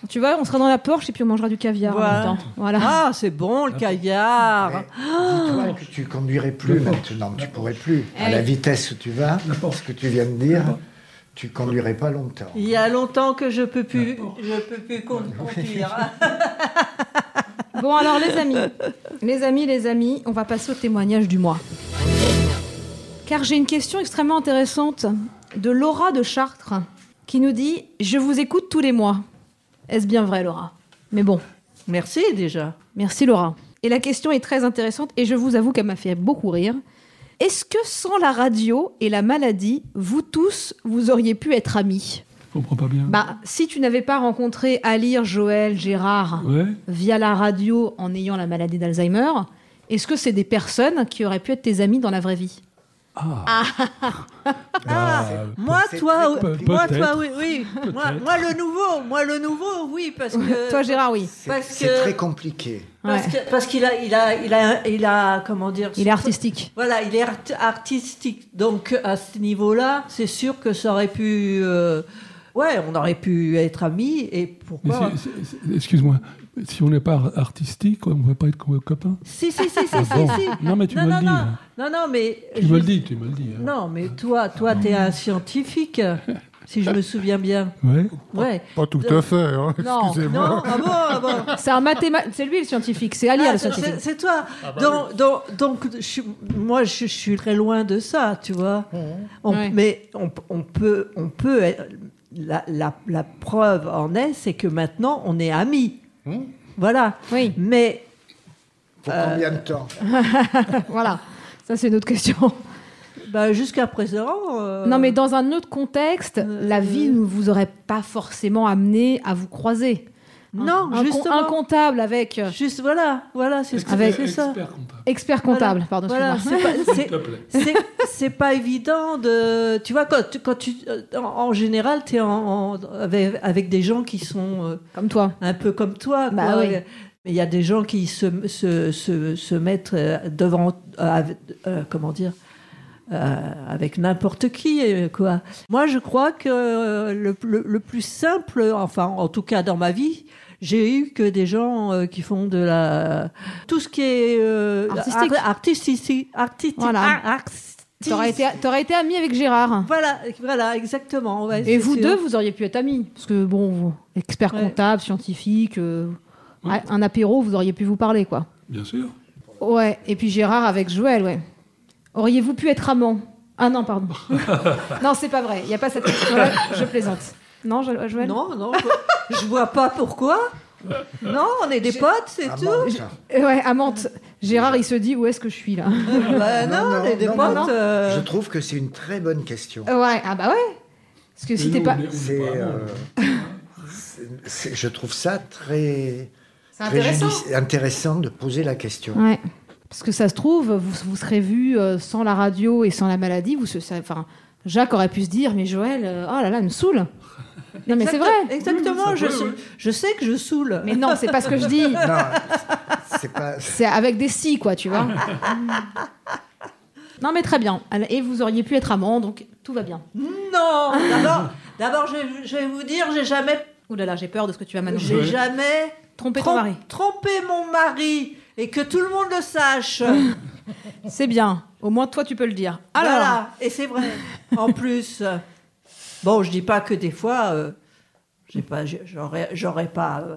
tu vois, on sera dans la Porsche et puis on mangera du caviar
Voilà.
en même temps. Voilà.
Ah, c'est bon le caviar.
Mais Dis-toi que tu conduirais plus maintenant, tu pourrais plus. À la vitesse où tu vas, ce que tu viens de dire, tu conduirais pas longtemps.
Il y a longtemps que je peux plus, je peux plus con- conduire.
Bon alors les amis, les amis, les amis, on va passer au témoignage du mois. Car j'ai une question extrêmement intéressante de Laura de Chartres qui nous dit Je vous écoute tous les mois. Est-ce bien vrai, Laura Mais bon,
Merci déjà.
Merci Laura. Et la question est très intéressante et je vous avoue qu'elle m'a fait beaucoup rire. Est-ce que sans la radio et la maladie, vous tous, vous auriez pu être amis
Je comprends pas bien.
Bah, si tu n'avais pas rencontré Alire, Joël, Gérard
Ouais.
via la radio en ayant la maladie d'Alzheimer, est-ce que c'est des personnes qui auraient pu être tes amis dans la vraie vie
Ah. Ah.
Moi,
C'est
toi,
très
oui,
compliqué.
moi,
Peut-être.
toi, oui, oui. Moi, moi, le nouveau, moi, le nouveau, oui, parce que
Toi, Gérard, oui.
C'est-
Parce
C'est
que-
très compliqué.
parce
Ouais.
que- parce qu'il a, il a, il a, il a, comment dire,
Il est artistique.
Voilà, il est art- artistique. Donc, à ce niveau-là, c'est sûr que ça aurait pu. euh, ouais, on aurait pu être amis. Et
Mais
pourquoi
c'est- c'est- c'est- Excuse-moi, si on n'est pas ar- artistique, on ne peut pas être co- copains.
Si, si, si, si,
Ah
si,
bon
si.
Non, mais tu
non,
me
non,
le dis,
non.
là.
Non, non, mais.
Tu me le
je-
dis, tu me le dis. hein.
Non, mais toi, toi, t'es un scientifique, si je me souviens bien.
Ouais.
Ouais.
Pas tout à fait, hein,
Non,
Non,
excusez-moi.
ah bon, ah bon.
C'est un mathématicien. C'est lui le scientifique, c'est Alire
Ah,
le
c'est-
scientifique.
c'est toi. donc, donc, donc, je suis- moi, je, je suis très loin de ça, tu vois. On-
Ouais.
Mais on, on peut, on peut. être- La, la- la preuve en est, c'est que maintenant, on est amis. Voilà.
Oui.
Mais
Pour
Euh,
combien de temps
Voilà. Ça, c'est une autre question.
bah, jusqu'à présent. euh,
Non, mais dans un autre contexte, la vie ne vous aurait pas forcément amené à vous croiser.
Non,
un, con-
justement.
un comptable avec euh,
Juste, voilà, voilà, c'est ce que-
Avec-
c'est ça.
Expert comptable,
expert comptable, pardon,
Voilà,
excuse-moi.
c'est pas-
s'il
c'est-
te plaît.
c'est c'est pas évident de tu vois quand tu, quand tu euh, en, en général tu es avec, avec des gens qui sont euh,
Comme toi.
un peu comme toi
Bah
quoi.
oui.
mais il y a des gens qui se se, se, se mettent euh, devant euh, avec- euh, comment dire euh, avec n'importe qui euh, quoi moi je crois que euh, le, le- le plus simple enfin en tout cas dans ma vie j'ai eu que des gens euh, qui font de la tout ce qui est euh,
Artistique.
ar- artistique artistique
Voilà.
ar- artistique.
T'aurais été, t'aurais été ami avec Gérard.
Voilà, voilà, exactement. ouais,
Et
c'est
vous
sûr.
deux, vous auriez pu être amis. Parce que, bon, vous- expert
Ouais.
comptable, scientifique, euh,
Ouais.
un apéro, vous auriez pu vous parler, quoi.
bien sûr.
Ouais, et puis Gérard avec Joël, ouais. Auriez-vous pu être amant Ah non, pardon. non, c'est pas vrai, il n'y a pas cette question-là, je plaisante. Non, Jo- Joël
Non, non, je- je vois pas pourquoi. Non, on est des potes, c'est
Ah,
tout.
bon, ça.
Euh, Ouais, amante. Gérard, il se dit, où est-ce que je suis là
Bah,
Non,
non,
non,
on est des
non,
potes.
non.
euh,
Je trouve que c'est une très bonne question.
Euh, Ouais, ah bah ouais. Parce que si
Mais
t'es
nous,
pas.
on est- on est
C'est,
pas amants,
euh, c'est- c'est- je trouve ça très,
C'est
très
intéressant.
judici- intéressant de poser la question.
Ouais. Parce que ça se trouve, vous, vous serez vu euh, sans la radio et sans la maladie. Vous, se- ça- enfin, Jacques aurait pu se dire, mais Joël, euh, oh là là, elle me saoule. Non, mais c'est
exact-
vrai.
Exactement,
Oui,
je,
ça peut,
sais-
oui.
je sais que je saoule.
Mais non, c'est pas ce que je dis.
Non, c'est pas.
C'est avec des si, quoi, tu vois. non, mais très bien. Et vous auriez pu être amant, donc tout va bien.
Non, d'abord, d'abord, je, je vais vous dire, j'ai jamais,
Ouh là là, j'ai peur de ce que tu vas m'annoncer.
j'ai jamais
Tromper ton
trom-
mari.
trompé mon mari et que tout le monde le sache.
C'est bien. Au moins, toi, tu peux le dire. Ah là là.
Voilà, et c'est vrai. En plus, euh, bon, je dis pas que des fois, euh, j'ai pas, j'ai- j'aurais, j'aurais pas, euh,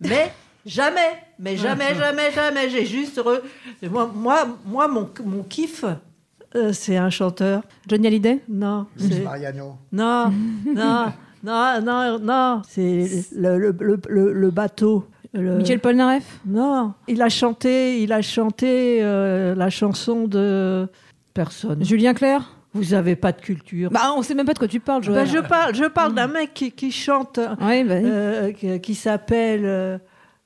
mais jamais, mais jamais, jamais, jamais. J'ai juste, re- moi, moi, moi, mon, mon kiff, euh, c'est un chanteur.
Johnny Hallyday
Non,
Luis
c'est-
Mariano.
non, non, non, non, non. C'est le, le, le, le- le bateau. Le-
Michel Polnareff
Non, il a chanté, il a chanté euh, la chanson de personne.
Julien Clerc
Vous avez pas de culture.
Bah, on sait même pas de quoi tu parles,
Ben,
Joël.
je parle, je parle d'un mec qui, qui chante,
Ouais, bah Mm. oui.
euh, qui, qui s'appelle euh,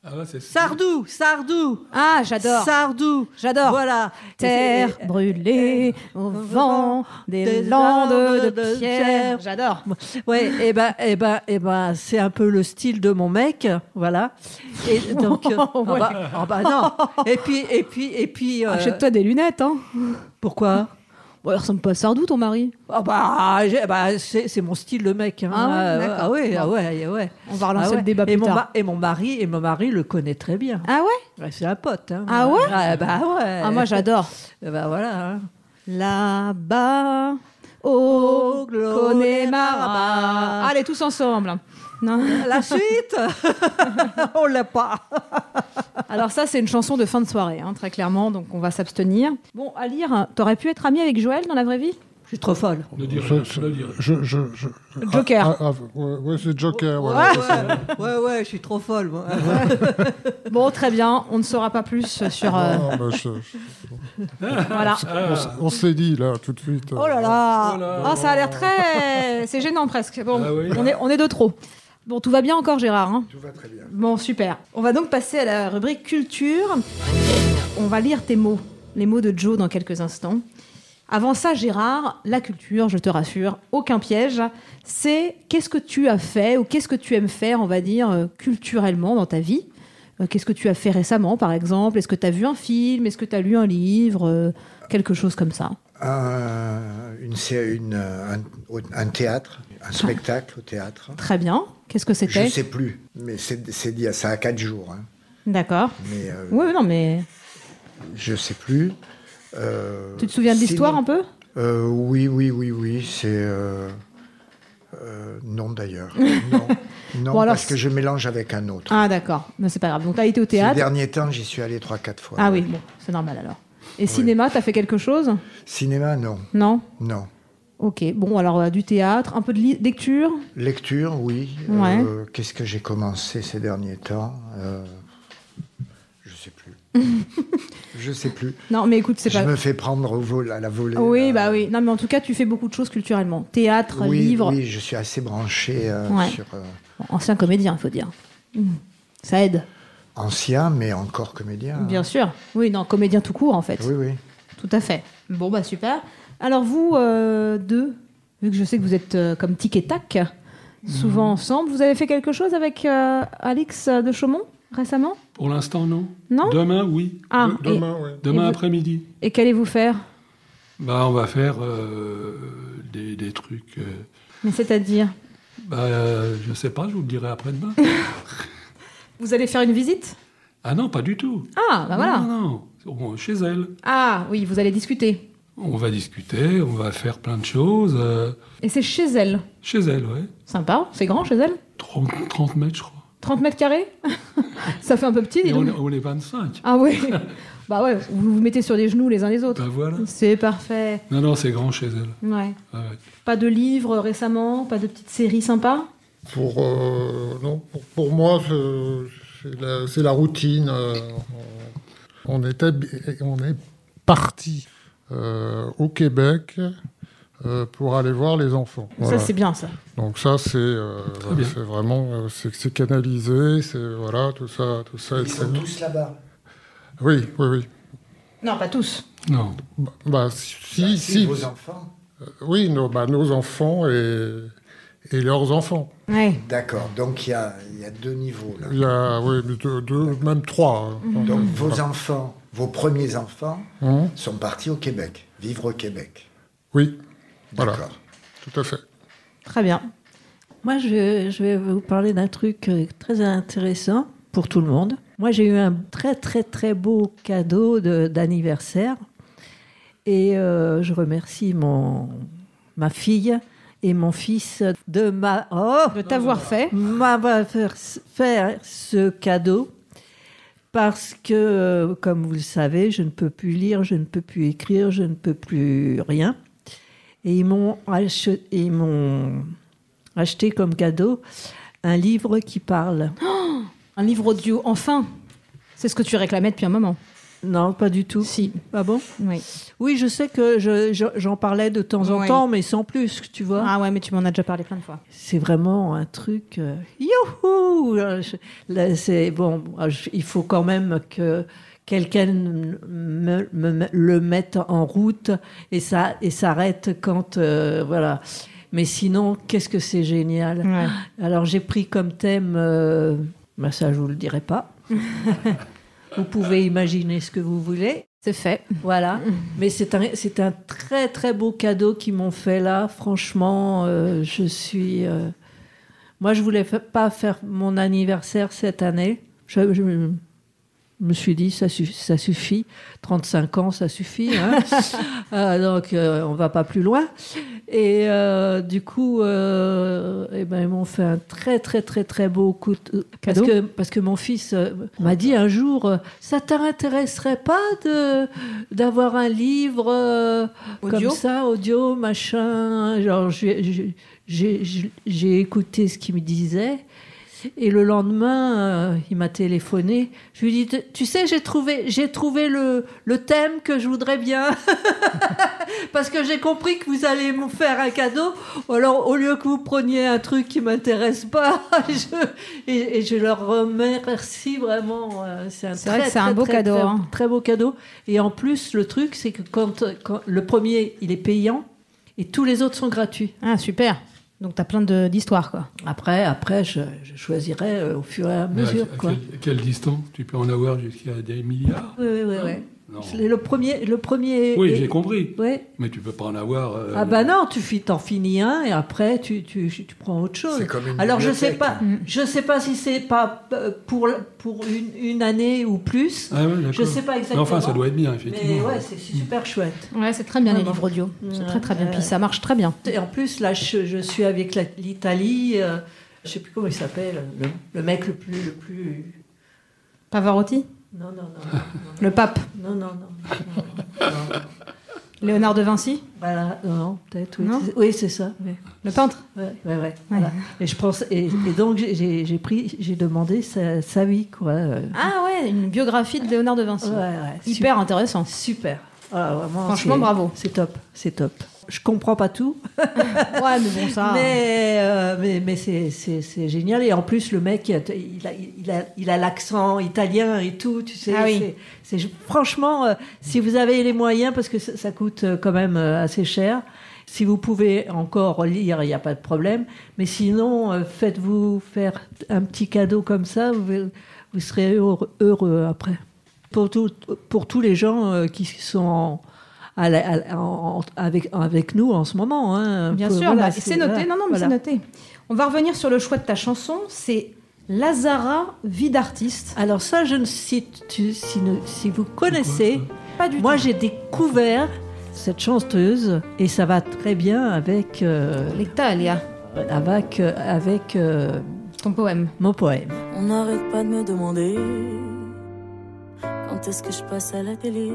Ah ouais, c'est-
Sardou, Sardou,
Ah, j'adore.
Sardou.
J'adore.
Voilà. Et
Terre
c'est-
brûlée au vent des,
des
landes de,
landes de
pierre.
pierre.
J'adore.
Ouais, et ben, et ben, et ben, c'est un peu le style de mon mec, voilà. Et donc, euh, ah
Ouais.
bah, ah bah non. Et puis, et puis, et puis, euh,
Achète-toi des lunettes, hein.
pourquoi
Bon, il ressemble pas à Sardou, ton mari.
Ah bah, j'ai- bah, c'est c'est mon style de mec. hein.
Ah ouais,
Ah,
d'accord.
ouais, ah ouais, ah ouais.
On va
Ah
relancer
ouais.
le débat plus
et mon
tard.
ma- et mon mari, et mon mari le connaît très bien.
Ah ouais
Ouais, c'est un pote. Hein.
Ah ouais
Bah ouais.
Ah, moi, j'adore.
Eh ben voilà. hein.
Là-bas, au Connemara. Allez, tous ensemble. hein. Non.
La suite, on l'a pas.
Alors ça, c'est une chanson de fin de soirée, hein, très clairement, donc on va s'abstenir. Bon, à lire, t'aurais pu être ami avec Joël dans la vraie vie
Je suis trop folle.
Ne dis
Je-
rien, ne dis rien.
je- je- je- je-
Joker.
Ah, ah, ah, ouais, ouais, c'est Joker.
Ouais,
voilà.
ouais, ouais, ouais, je suis trop folle. Moi.
Bon, Oh, très bien, on ne saura pas plus sur... euh,
Non, mais Ah, bah, je- je-
voilà.
Ah,
on s- on s'est dit là tout de suite.
Oh là là
Oh là
Ah, ça a l'air très... C'est gênant presque. Bon,
Ah oui.
on, est, on est de trop. Bon, tout va bien encore, Gérard. hein
Tout va très bien.
bon, super. On va donc passer à la rubrique culture. On va lire tes mots, les mots de Joe dans quelques instants. Avant ça, Gérard, la culture, je te rassure, aucun piège. C'est qu'est-ce que tu as fait ou qu'est-ce que tu aimes faire, on va dire, euh, culturellement dans ta vie Euh, Qu'est-ce que tu as fait récemment, par exemple Est-ce que tu as vu un film Est-ce que tu as lu un livre Euh, Quelque chose comme ça.
Un, Euh, une, sé- une- euh, un, un théâtre, un spectacle au théâtre.
Très bien. Qu'est-ce que
Je
c'était
sais plus, mais c'est c'est dit à ça à quatre jours. hein.
D'accord.
Mais euh,
Oui, non, mais
je sais plus. Euh,
tu te souviens de l'histoire
sinon-
un peu
Euh, Oui, oui, oui, oui. C'est euh, euh, non d'ailleurs. Non, non
Bon, alors,
parce que je mélange avec un autre.
Ah, d'accord. Mais c'est pas grave. Donc, t'as été au
Ces
théâtre.
derniers temps, j'y suis allé trois, quatre fois.
Ah oui, bon, c'est normal alors. Et cinéma, t'as fait quelque chose
Cinéma, non,
Non
non.
Ok. Bon, alors euh, du théâtre, un peu de li- lecture
Lecture, oui.
Ouais.
Euh, Qu'est-ce que j'ai commencé ces derniers temps Euh, Je sais plus. je sais plus.
Non, mais écoute, c'est
Je
pas. Ah
me fais prendre au vol, à la volée.
Oui,
là.
bah oui. Non, mais en tout cas, tu fais beaucoup de choses culturellement. Théâtre,
Oui,
livre,
oui, je suis assez branché euh,
Ouais.
sur. euh,
ancien comédien, faut dire. Hmm. Ça aide.
Ancien, mais encore comédien.
Bien sûr. Oui, non, comédien tout court en fait.
Oui, oui.
Tout à fait. Bon, bah super. Alors vous euh, deux, vu que je sais que vous êtes euh, comme tic et tac,
Mhm.
souvent ensemble, vous avez fait quelque chose avec euh, Alix de Chaumont récemment
Pour l'instant, non.
Non
Demain, oui.
Ah,
De-
et,
demain, oui.
Demain
vous-
après-midi.
et qu'allez-vous faire
Bah, on va faire euh, des, des trucs. euh,
Mais c'est-à-dire
bah, euh, je sais pas, je vous le dirai après-demain.
Vous allez faire une visite
ah non, pas du tout.
Ah, bah voilà.
Non, non, non. On- chez elle.
Ah oui, vous allez discuter.
On va discuter, on va faire plein de choses. euh,
Et c'est chez elle.
chez elle, ouais.
Sympa, c'est grand chez elle
30, 30 mètres, je crois.
30 mètres carrés Ça fait un peu petit, dis
Et on,
donc.
est- on est 25.
Ah oui Bah ouais, vous vous mettez sur les genoux les uns les autres.
Bah voilà.
C'est parfait.
Non, non, c'est grand chez elle.
Ouais.
Ah ouais.
Pas de livres récemment, pas de petites séries sympas
Pour, euh, non, pour, pour moi, je- c'est la, c'est la routine. euh, on, on était, bi- on est parti euh, au Québec euh, pour aller voir les enfants. Voilà.
Ça, c'est bien, ça.
Donc ça, c'est euh,
Très bien.
c'est vraiment, euh, c'est c'est canalisé, c'est voilà, tout ça, tout Euh, ça. est très-
tous là-bas.
Oui, oui, oui.
Non, pas tous.
Non.
Bah, bah, si, si,
vos enfants.
oui, nos, bah, nos enfants et, et leurs enfants.
Ouais.
D'accord, donc il y a, il y a deux niveaux là.
Il y a, oui, deux, deux, même trois. hein.
Donc vos enfants, vos premiers enfants,
Hein
sont partis au Québec, vivre au Québec.
Oui, Voilà.
D'accord.
tout à fait.
Très bien.
Moi, je vais, je vais vous parler d'un truc euh, très intéressant pour tout le monde. Moi, j'ai eu un très, très, très beau cadeau de- d'anniversaire. Et euh, je remercie mon, ma fille et mon fils de ma. Oh
De t'avoir fait.
m'avoir faire, faire ce cadeau parce que, euh, comme vous le savez, je ne peux plus lire, je ne peux plus écrire, je ne peux plus rien. Et ils m'ont achet- ils m'ont acheté comme cadeau un livre qui parle.
Un livre audio, enfin C'est ce que tu réclamais depuis un moment.
Non, pas du tout.
Si.
Ah bon
Oui.
Oui, je sais que je- je- j'en parlais de temps en
Oui.
temps, mais sans plus, tu vois.
Ah ouais, mais tu m'en as déjà parlé plein de fois.
C'est vraiment un truc. euh, youhou Euh, je- là, C'est bon. euh, je- il faut quand même que quelqu'un me- me- me- le mette en route et ça et s'arrête quand euh, voilà. Mais sinon, qu'est-ce que c'est génial.
Ouais.
Alors j'ai pris comme thème. euh, bah, ça, je vous le dirai pas. vous pouvez imaginer ce que vous voulez.
C'est fait. Mm.
Voilà. Mais c'est un, c'est un très très beau cadeau qu'ils m'ont fait là. Franchement, euh, je suis. euh, Moi, je voulais fa- pas faire mon anniversaire cette année. Je, je me suis dit, ça, su- ça suffit. 35 ans, ça suffit. hein. Euh, donc, euh, on va pas plus loin. Et euh, du coup, euh, eh ben, ils m'ont fait un très, très, très, très beau coup de- euh,
Cadeau.
Parce que, parce que mon fils euh, m'a dit un jour euh, Ça t'intéresserait pas de, d'avoir un livre euh,
Audio
comme ça, audio, machin Genre, j'ai, j'ai- j'ai- j'ai- j'ai écouté ce qu'il me disait. Et le lendemain, euh, il m'a téléphoné. Je lui ai dit, tu sais, j'ai trouvé, j'ai trouvé le, le thème que je voudrais bien. Parce que j'ai compris que vous allez me faire un cadeau. Alors, au lieu que vous preniez un truc qui m'intéresse pas, je- et, et je leur remercie vraiment. euh, C'est un
C'est vrai que c'est un beau cadeau,
Très,
hein.
très beau cadeau. Et en plus, le truc, c'est que quand, quand le premier, il est payant, et tous les autres sont gratuits.
Ah, super. Donc t'as plein de- d'histoires, quoi.
Après, après, je, je choisirai euh, au fur et à
Mais à-
mesure,
à
quoi.
quelle, quelle distance Tu peux en avoir jusqu'à des milliards
Oui, oui, oui. oui.
Non.
Le le premier, le premier.
Ah, Oui,
est-
j'ai compris.
Ouais.
Mais tu peux pas en avoir. euh,
Ah bah non, tu fi- t'en finis un et après tu, tu, tu prends autre chose.
C'est comme une
Alors je sais
bibliothèque,
pas,
hein.
je sais pas si c'est pas euh, pour pour une, une année ou plus.
Ah ouais,
je
d'accord.
sais pas
Mais
exactement.
enfin, ça doit être bien,
Mais
effectivement.
ouais, c'est c'est super chouette.
Ouais, c'est très bien
Ah
les
bon.
livres audio. C'est
Ouais.
très très bien.
Ouais.
Puis ça marche très bien.
Et en plus là, je, je suis avec la- l'Italie. euh, je sais plus comment il s'appelle, le, le mec le plus le plus.
Pavarotti
Non non non.
Le pape
Non, non, non. non, non.
Léonard de Vinci
Voilà, non, non, peut-être, oui.
Non
c'est- Oui, c'est ça. oui.
Le peintre
Ouais, ouais, ouais, voilà. Et, je pense, et, et donc, j'ai- j'ai j'ai pris, j'ai demandé sa, sa vie, quoi. euh.
Ah ouais, une biographie de Léonard de Vinci.
Ouais, ouais,
Hyper intéressant.
Super. Voilà, Ah, vraiment,
Franchement,
c'est-
bravo.
C'est top, c'est top. je comprends pas tout.
Ouais, mais bon, ça. hein.
Mais, euh, mais, mais c'est- c'est c'est génial. Et en plus, le mec, il a il a- il a- il a l'accent italien et tout. Tu sais,
Ah oui.
c'est- c'est- franchement, euh, si vous avez les moyens, parce que ça, ça coûte euh, quand même euh, assez cher, si vous pouvez encore lire, il n'y a pas de problème. Mais sinon, euh, faites-vous faire un petit cadeau comme ça. Vous, vous serez heureux, heureux après. Pour, tout- pour tous les gens euh, qui sont en- à la- à la- en- en- avec, avec nous en ce moment. hein.
Bien
Pour-
sûr, bah,
voilà,
c'est noté.
voilà,
non, non, mais
voilà.
c'est noté. On va revenir sur le choix de ta chanson. C'est Lazara, vie d'artiste.
Alors ça, je ne si, tu- si, ne- si vous connaissez,
Pas du
moi
tout.
j'ai découvert cette chanteuse et ça va très bien avec euh,
L'Italia,
avec euh, avec euh,
ton poème.
mon poème.
On n'arrête pas de me demander quand est-ce que je passe à la télé.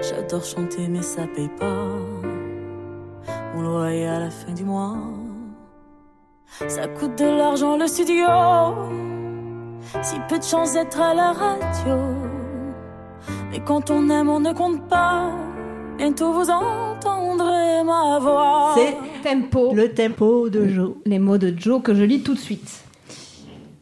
J'adore chanter, mais ça paye pas. Mon loyer à la fin du mois. Ça coûte de l'argent le studio. Si peu de chance d'être à la radio. Mais quand on aime, on ne compte pas. Bientôt vous entendrez ma voix.
C'est
Tempo.
le tempo de Jo.
Les mots de Joe que je lis tout de suite.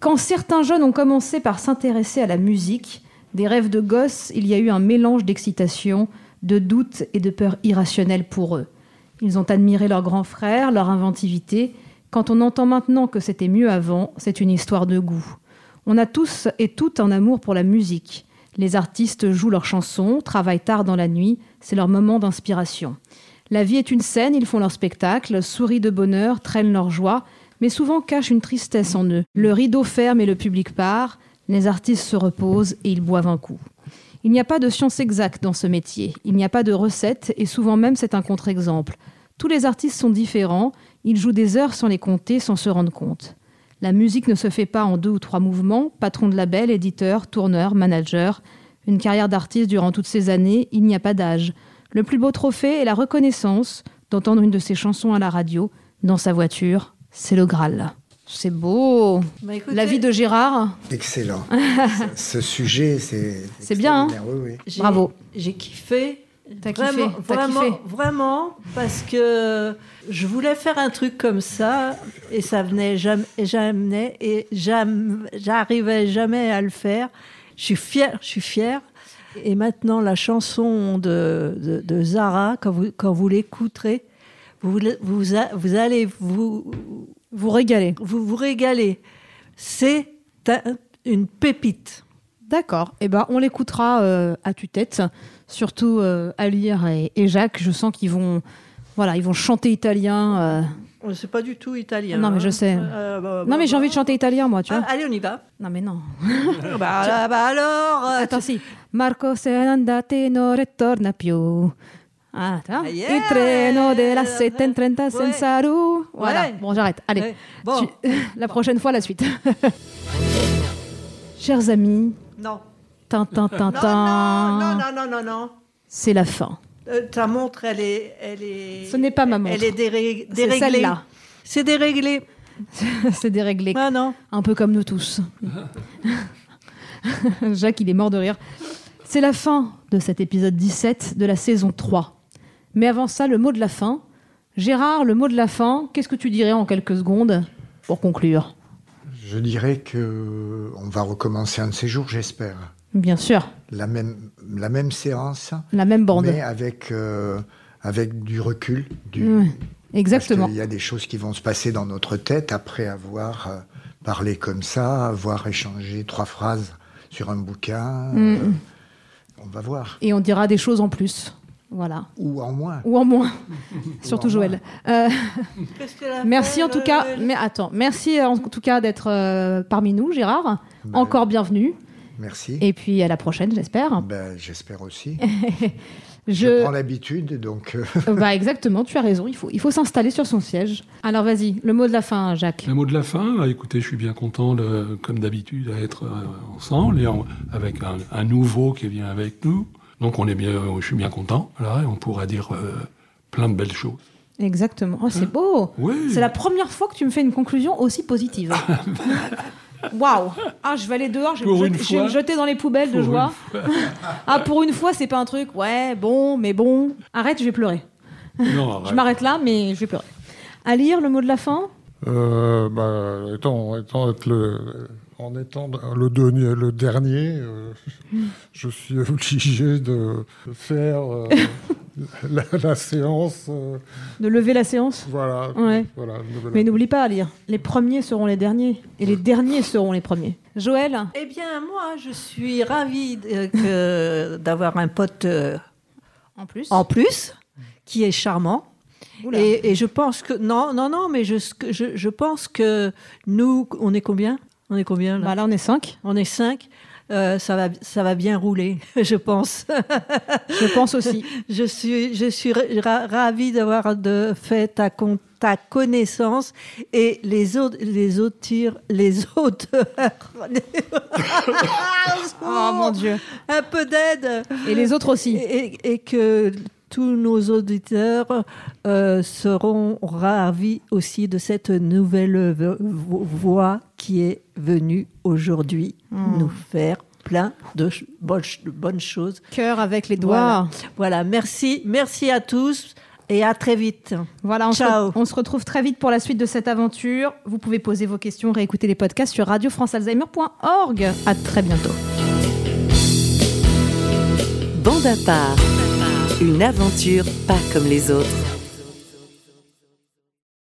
Quand certains jeunes ont commencé par s'intéresser à la musique, des rêves de gosses, il y a eu un mélange d'excitation, de doute et de peur irrationnelle pour eux. Ils ont admiré leurs grands frères, leur inventivité. Quand on entend maintenant que c'était mieux avant, c'est une histoire de goût. On a tous et toutes un amour pour la musique. Les artistes jouent leurs chansons, travaillent tard dans la nuit, c'est leur moment d'inspiration. La vie est une scène, ils font leur spectacle, sourient de bonheur, traînent leur joie, mais souvent cachent une tristesse en eux. Le rideau ferme et le public part, les artistes se reposent et ils boivent un coup. Il n'y a pas de science exacte dans ce métier, il n'y a pas de recette et souvent même c'est un contre-exemple. Tous les artistes sont différents, ils jouent des heures sans les compter, sans se rendre compte. La musique ne se fait pas en deux ou trois mouvements, patron de label, éditeur, tourneur, manager. Une carrière d'artiste durant toutes ces années, il n'y a pas d'âge. Le plus beau trophée est la reconnaissance d'entendre une de ses chansons à la radio, dans sa voiture, c'est le Graal. C'est beau
Bah,
La vie de Gérard
Excellent. Ce- Ce sujet, c'est.
C'est bien, hein
extraordinaire, oui, oui.
J'ai-
Bravo.
J'ai kiffé.
T'as
vraiment,
kiffé, t'as
vraiment,
kiffé.
vraiment, parce que je voulais faire un truc comme ça et ça venait jamais, et jamais, et jamais, j'arrivais jamais à le faire. Je suis fière, je suis fière. Et maintenant, la chanson de, de, de Zara, quand vous, quand vous l'écouterez, vous, vous, a- vous allez vous,
Vous régalez.
vous, vous régaler. C'est un- une pépite.
D'accord. Eh ben, on l'écoutera euh, à tue-tête. Surtout euh, Alire et, et Jacques, je sens qu'ils vont, voilà, ils vont chanter italien. euh.
C'est pas du tout italien.
Non, mais je
hein.
sais.
Euh, bah, bah,
Non, mais j'ai
bah.
envie de chanter italien, moi, tu
Ah,
vois.
allez, on y va.
Non, mais non.
Ah, bah, ah, bah, alors. euh,
Attends, si. Marco se n'è andato e non ritorna più. Ah, tu vois
Ah, yeah.
Il treno della 730 senza roue. Voilà.
Ouais.
Bon, j'arrête. Allez.
Ouais. Eh, Bon.
Tu- la prochaine fois, la suite. Chers amis,
Non.
tin, tin, tin,
Non,
tin.
non, non, non, non, non, non.
c'est la fin.
Euh, ta montre, elle est, elle est.
Ce n'est pas ma montre.
Elle est déré-
C'est
déréglée.
celle-là.
C'est déréglé.
c'est déréglé,
Ah non.
un peu comme nous tous. Jacques, il est mort de rire. C'est la fin de cet épisode 17 de la saison 3. Mais avant ça, le mot de la fin. Gérard, le mot de la fin, qu'est-ce que tu dirais en quelques secondes pour conclure
Je dirais que on va recommencer un de ces jours, j'espère.
Bien sûr,
La même, la même séance,
la même bande.
mais avec, euh, avec du recul. Du,
Ouais,
parce
Mmh, Exactement.
qu'il y a des choses qui vont se passer dans notre tête après avoir euh, parlé comme ça, avoir échangé trois phrases sur un bouquin.
Mm.
euh, on va voir.
Et on dira des choses en plus. Voilà.
Ou en moins.
Ou en moins. Surtout Joël. Euh,
Qu'est-ce qu'elle a
Merci
fait, euh,
en tout
le-
cas.
le-
Mais attends, merci en tout cas d'être euh, parmi nous, Gérard.
Ben.
Encore bienvenue.
Merci.
Et puis à la prochaine, j'espère.
Ben, j'espère aussi. Je
Je,
prends l'habitude, donc euh,
bah exactement, tu as raison. Il faut, il faut s'installer sur son siège. Alors vas-y, le mot de la fin, Jacques.
Un mot de la fin. Bah, Écoutez, je suis bien content, de, comme d'habitude, d'être euh, ensemble et en- avec un, un nouveau qui vient avec nous. Donc, on est bien, je suis bien content. Voilà, et on pourra dire euh, plein de belles choses.
Exactement. Oh,
Hein
c'est beau.
Oui.
C'est la première fois que tu me fais une conclusion aussi positive. Waouh. Ah, je vais aller dehors. Je vais,
Pour
me
une
jeter- je vais
fois.
me jeter dans les poubelles de
Pour
joie.
une fois.
Ah, pour une fois, c'est pas un truc. Ouais, bon, mais bon. Arrête, je vais pleurer.
Non,
Je
arrête.
m'arrête là, mais je vais pleurer. À lire le mot de la fin
Euh, bah, étant, étant être le, en étant le, dernier, le dernier euh,
Hmm.
je suis obligé de faire euh, la, la séance. euh,
de lever la séance
voilà.
Ouais.
voilà nouvelle-
Mais n'oublie pas à lire. Les premiers seront les derniers et les derniers seront les premiers. Joël,
Eh bien, moi, je suis ravie euh, que- d'avoir un pote euh,
en plus.
en plus qui est charmant.
Oula.
Et, et je pense que non, non, non, mais je, je, je pense que nous, on est combien On est combien là
Bah là, on est cinq.
On est cinq. Euh, ça va, ça va bien rouler, je pense.
Je pense aussi.
Je suis, je suis ra- ra- ravie d'avoir de fait ta, con- ta connaissance et les autres, les autres tirent, les auteurs. Au secours
Oh mon Dieu.
Un peu d'aide
Et les autres aussi.
et, et que tous nos auditeurs euh, seront ravis aussi de cette nouvelle vo- vo- voix qui est venue aujourd'hui
Hmm.
nous faire plein de ch- bonnes ch- de bonnes choses.
Cœur avec les doigts.
Voilà. Voilà, merci, merci à tous et à très vite.
Voilà, on, se-
Ciao.
on se retrouve très vite pour la suite de cette aventure. Vous pouvez poser vos questions, réécouter les podcasts sur radiofrancealzheimer.org. À très bientôt.
Bande à part, une aventure pas comme les autres.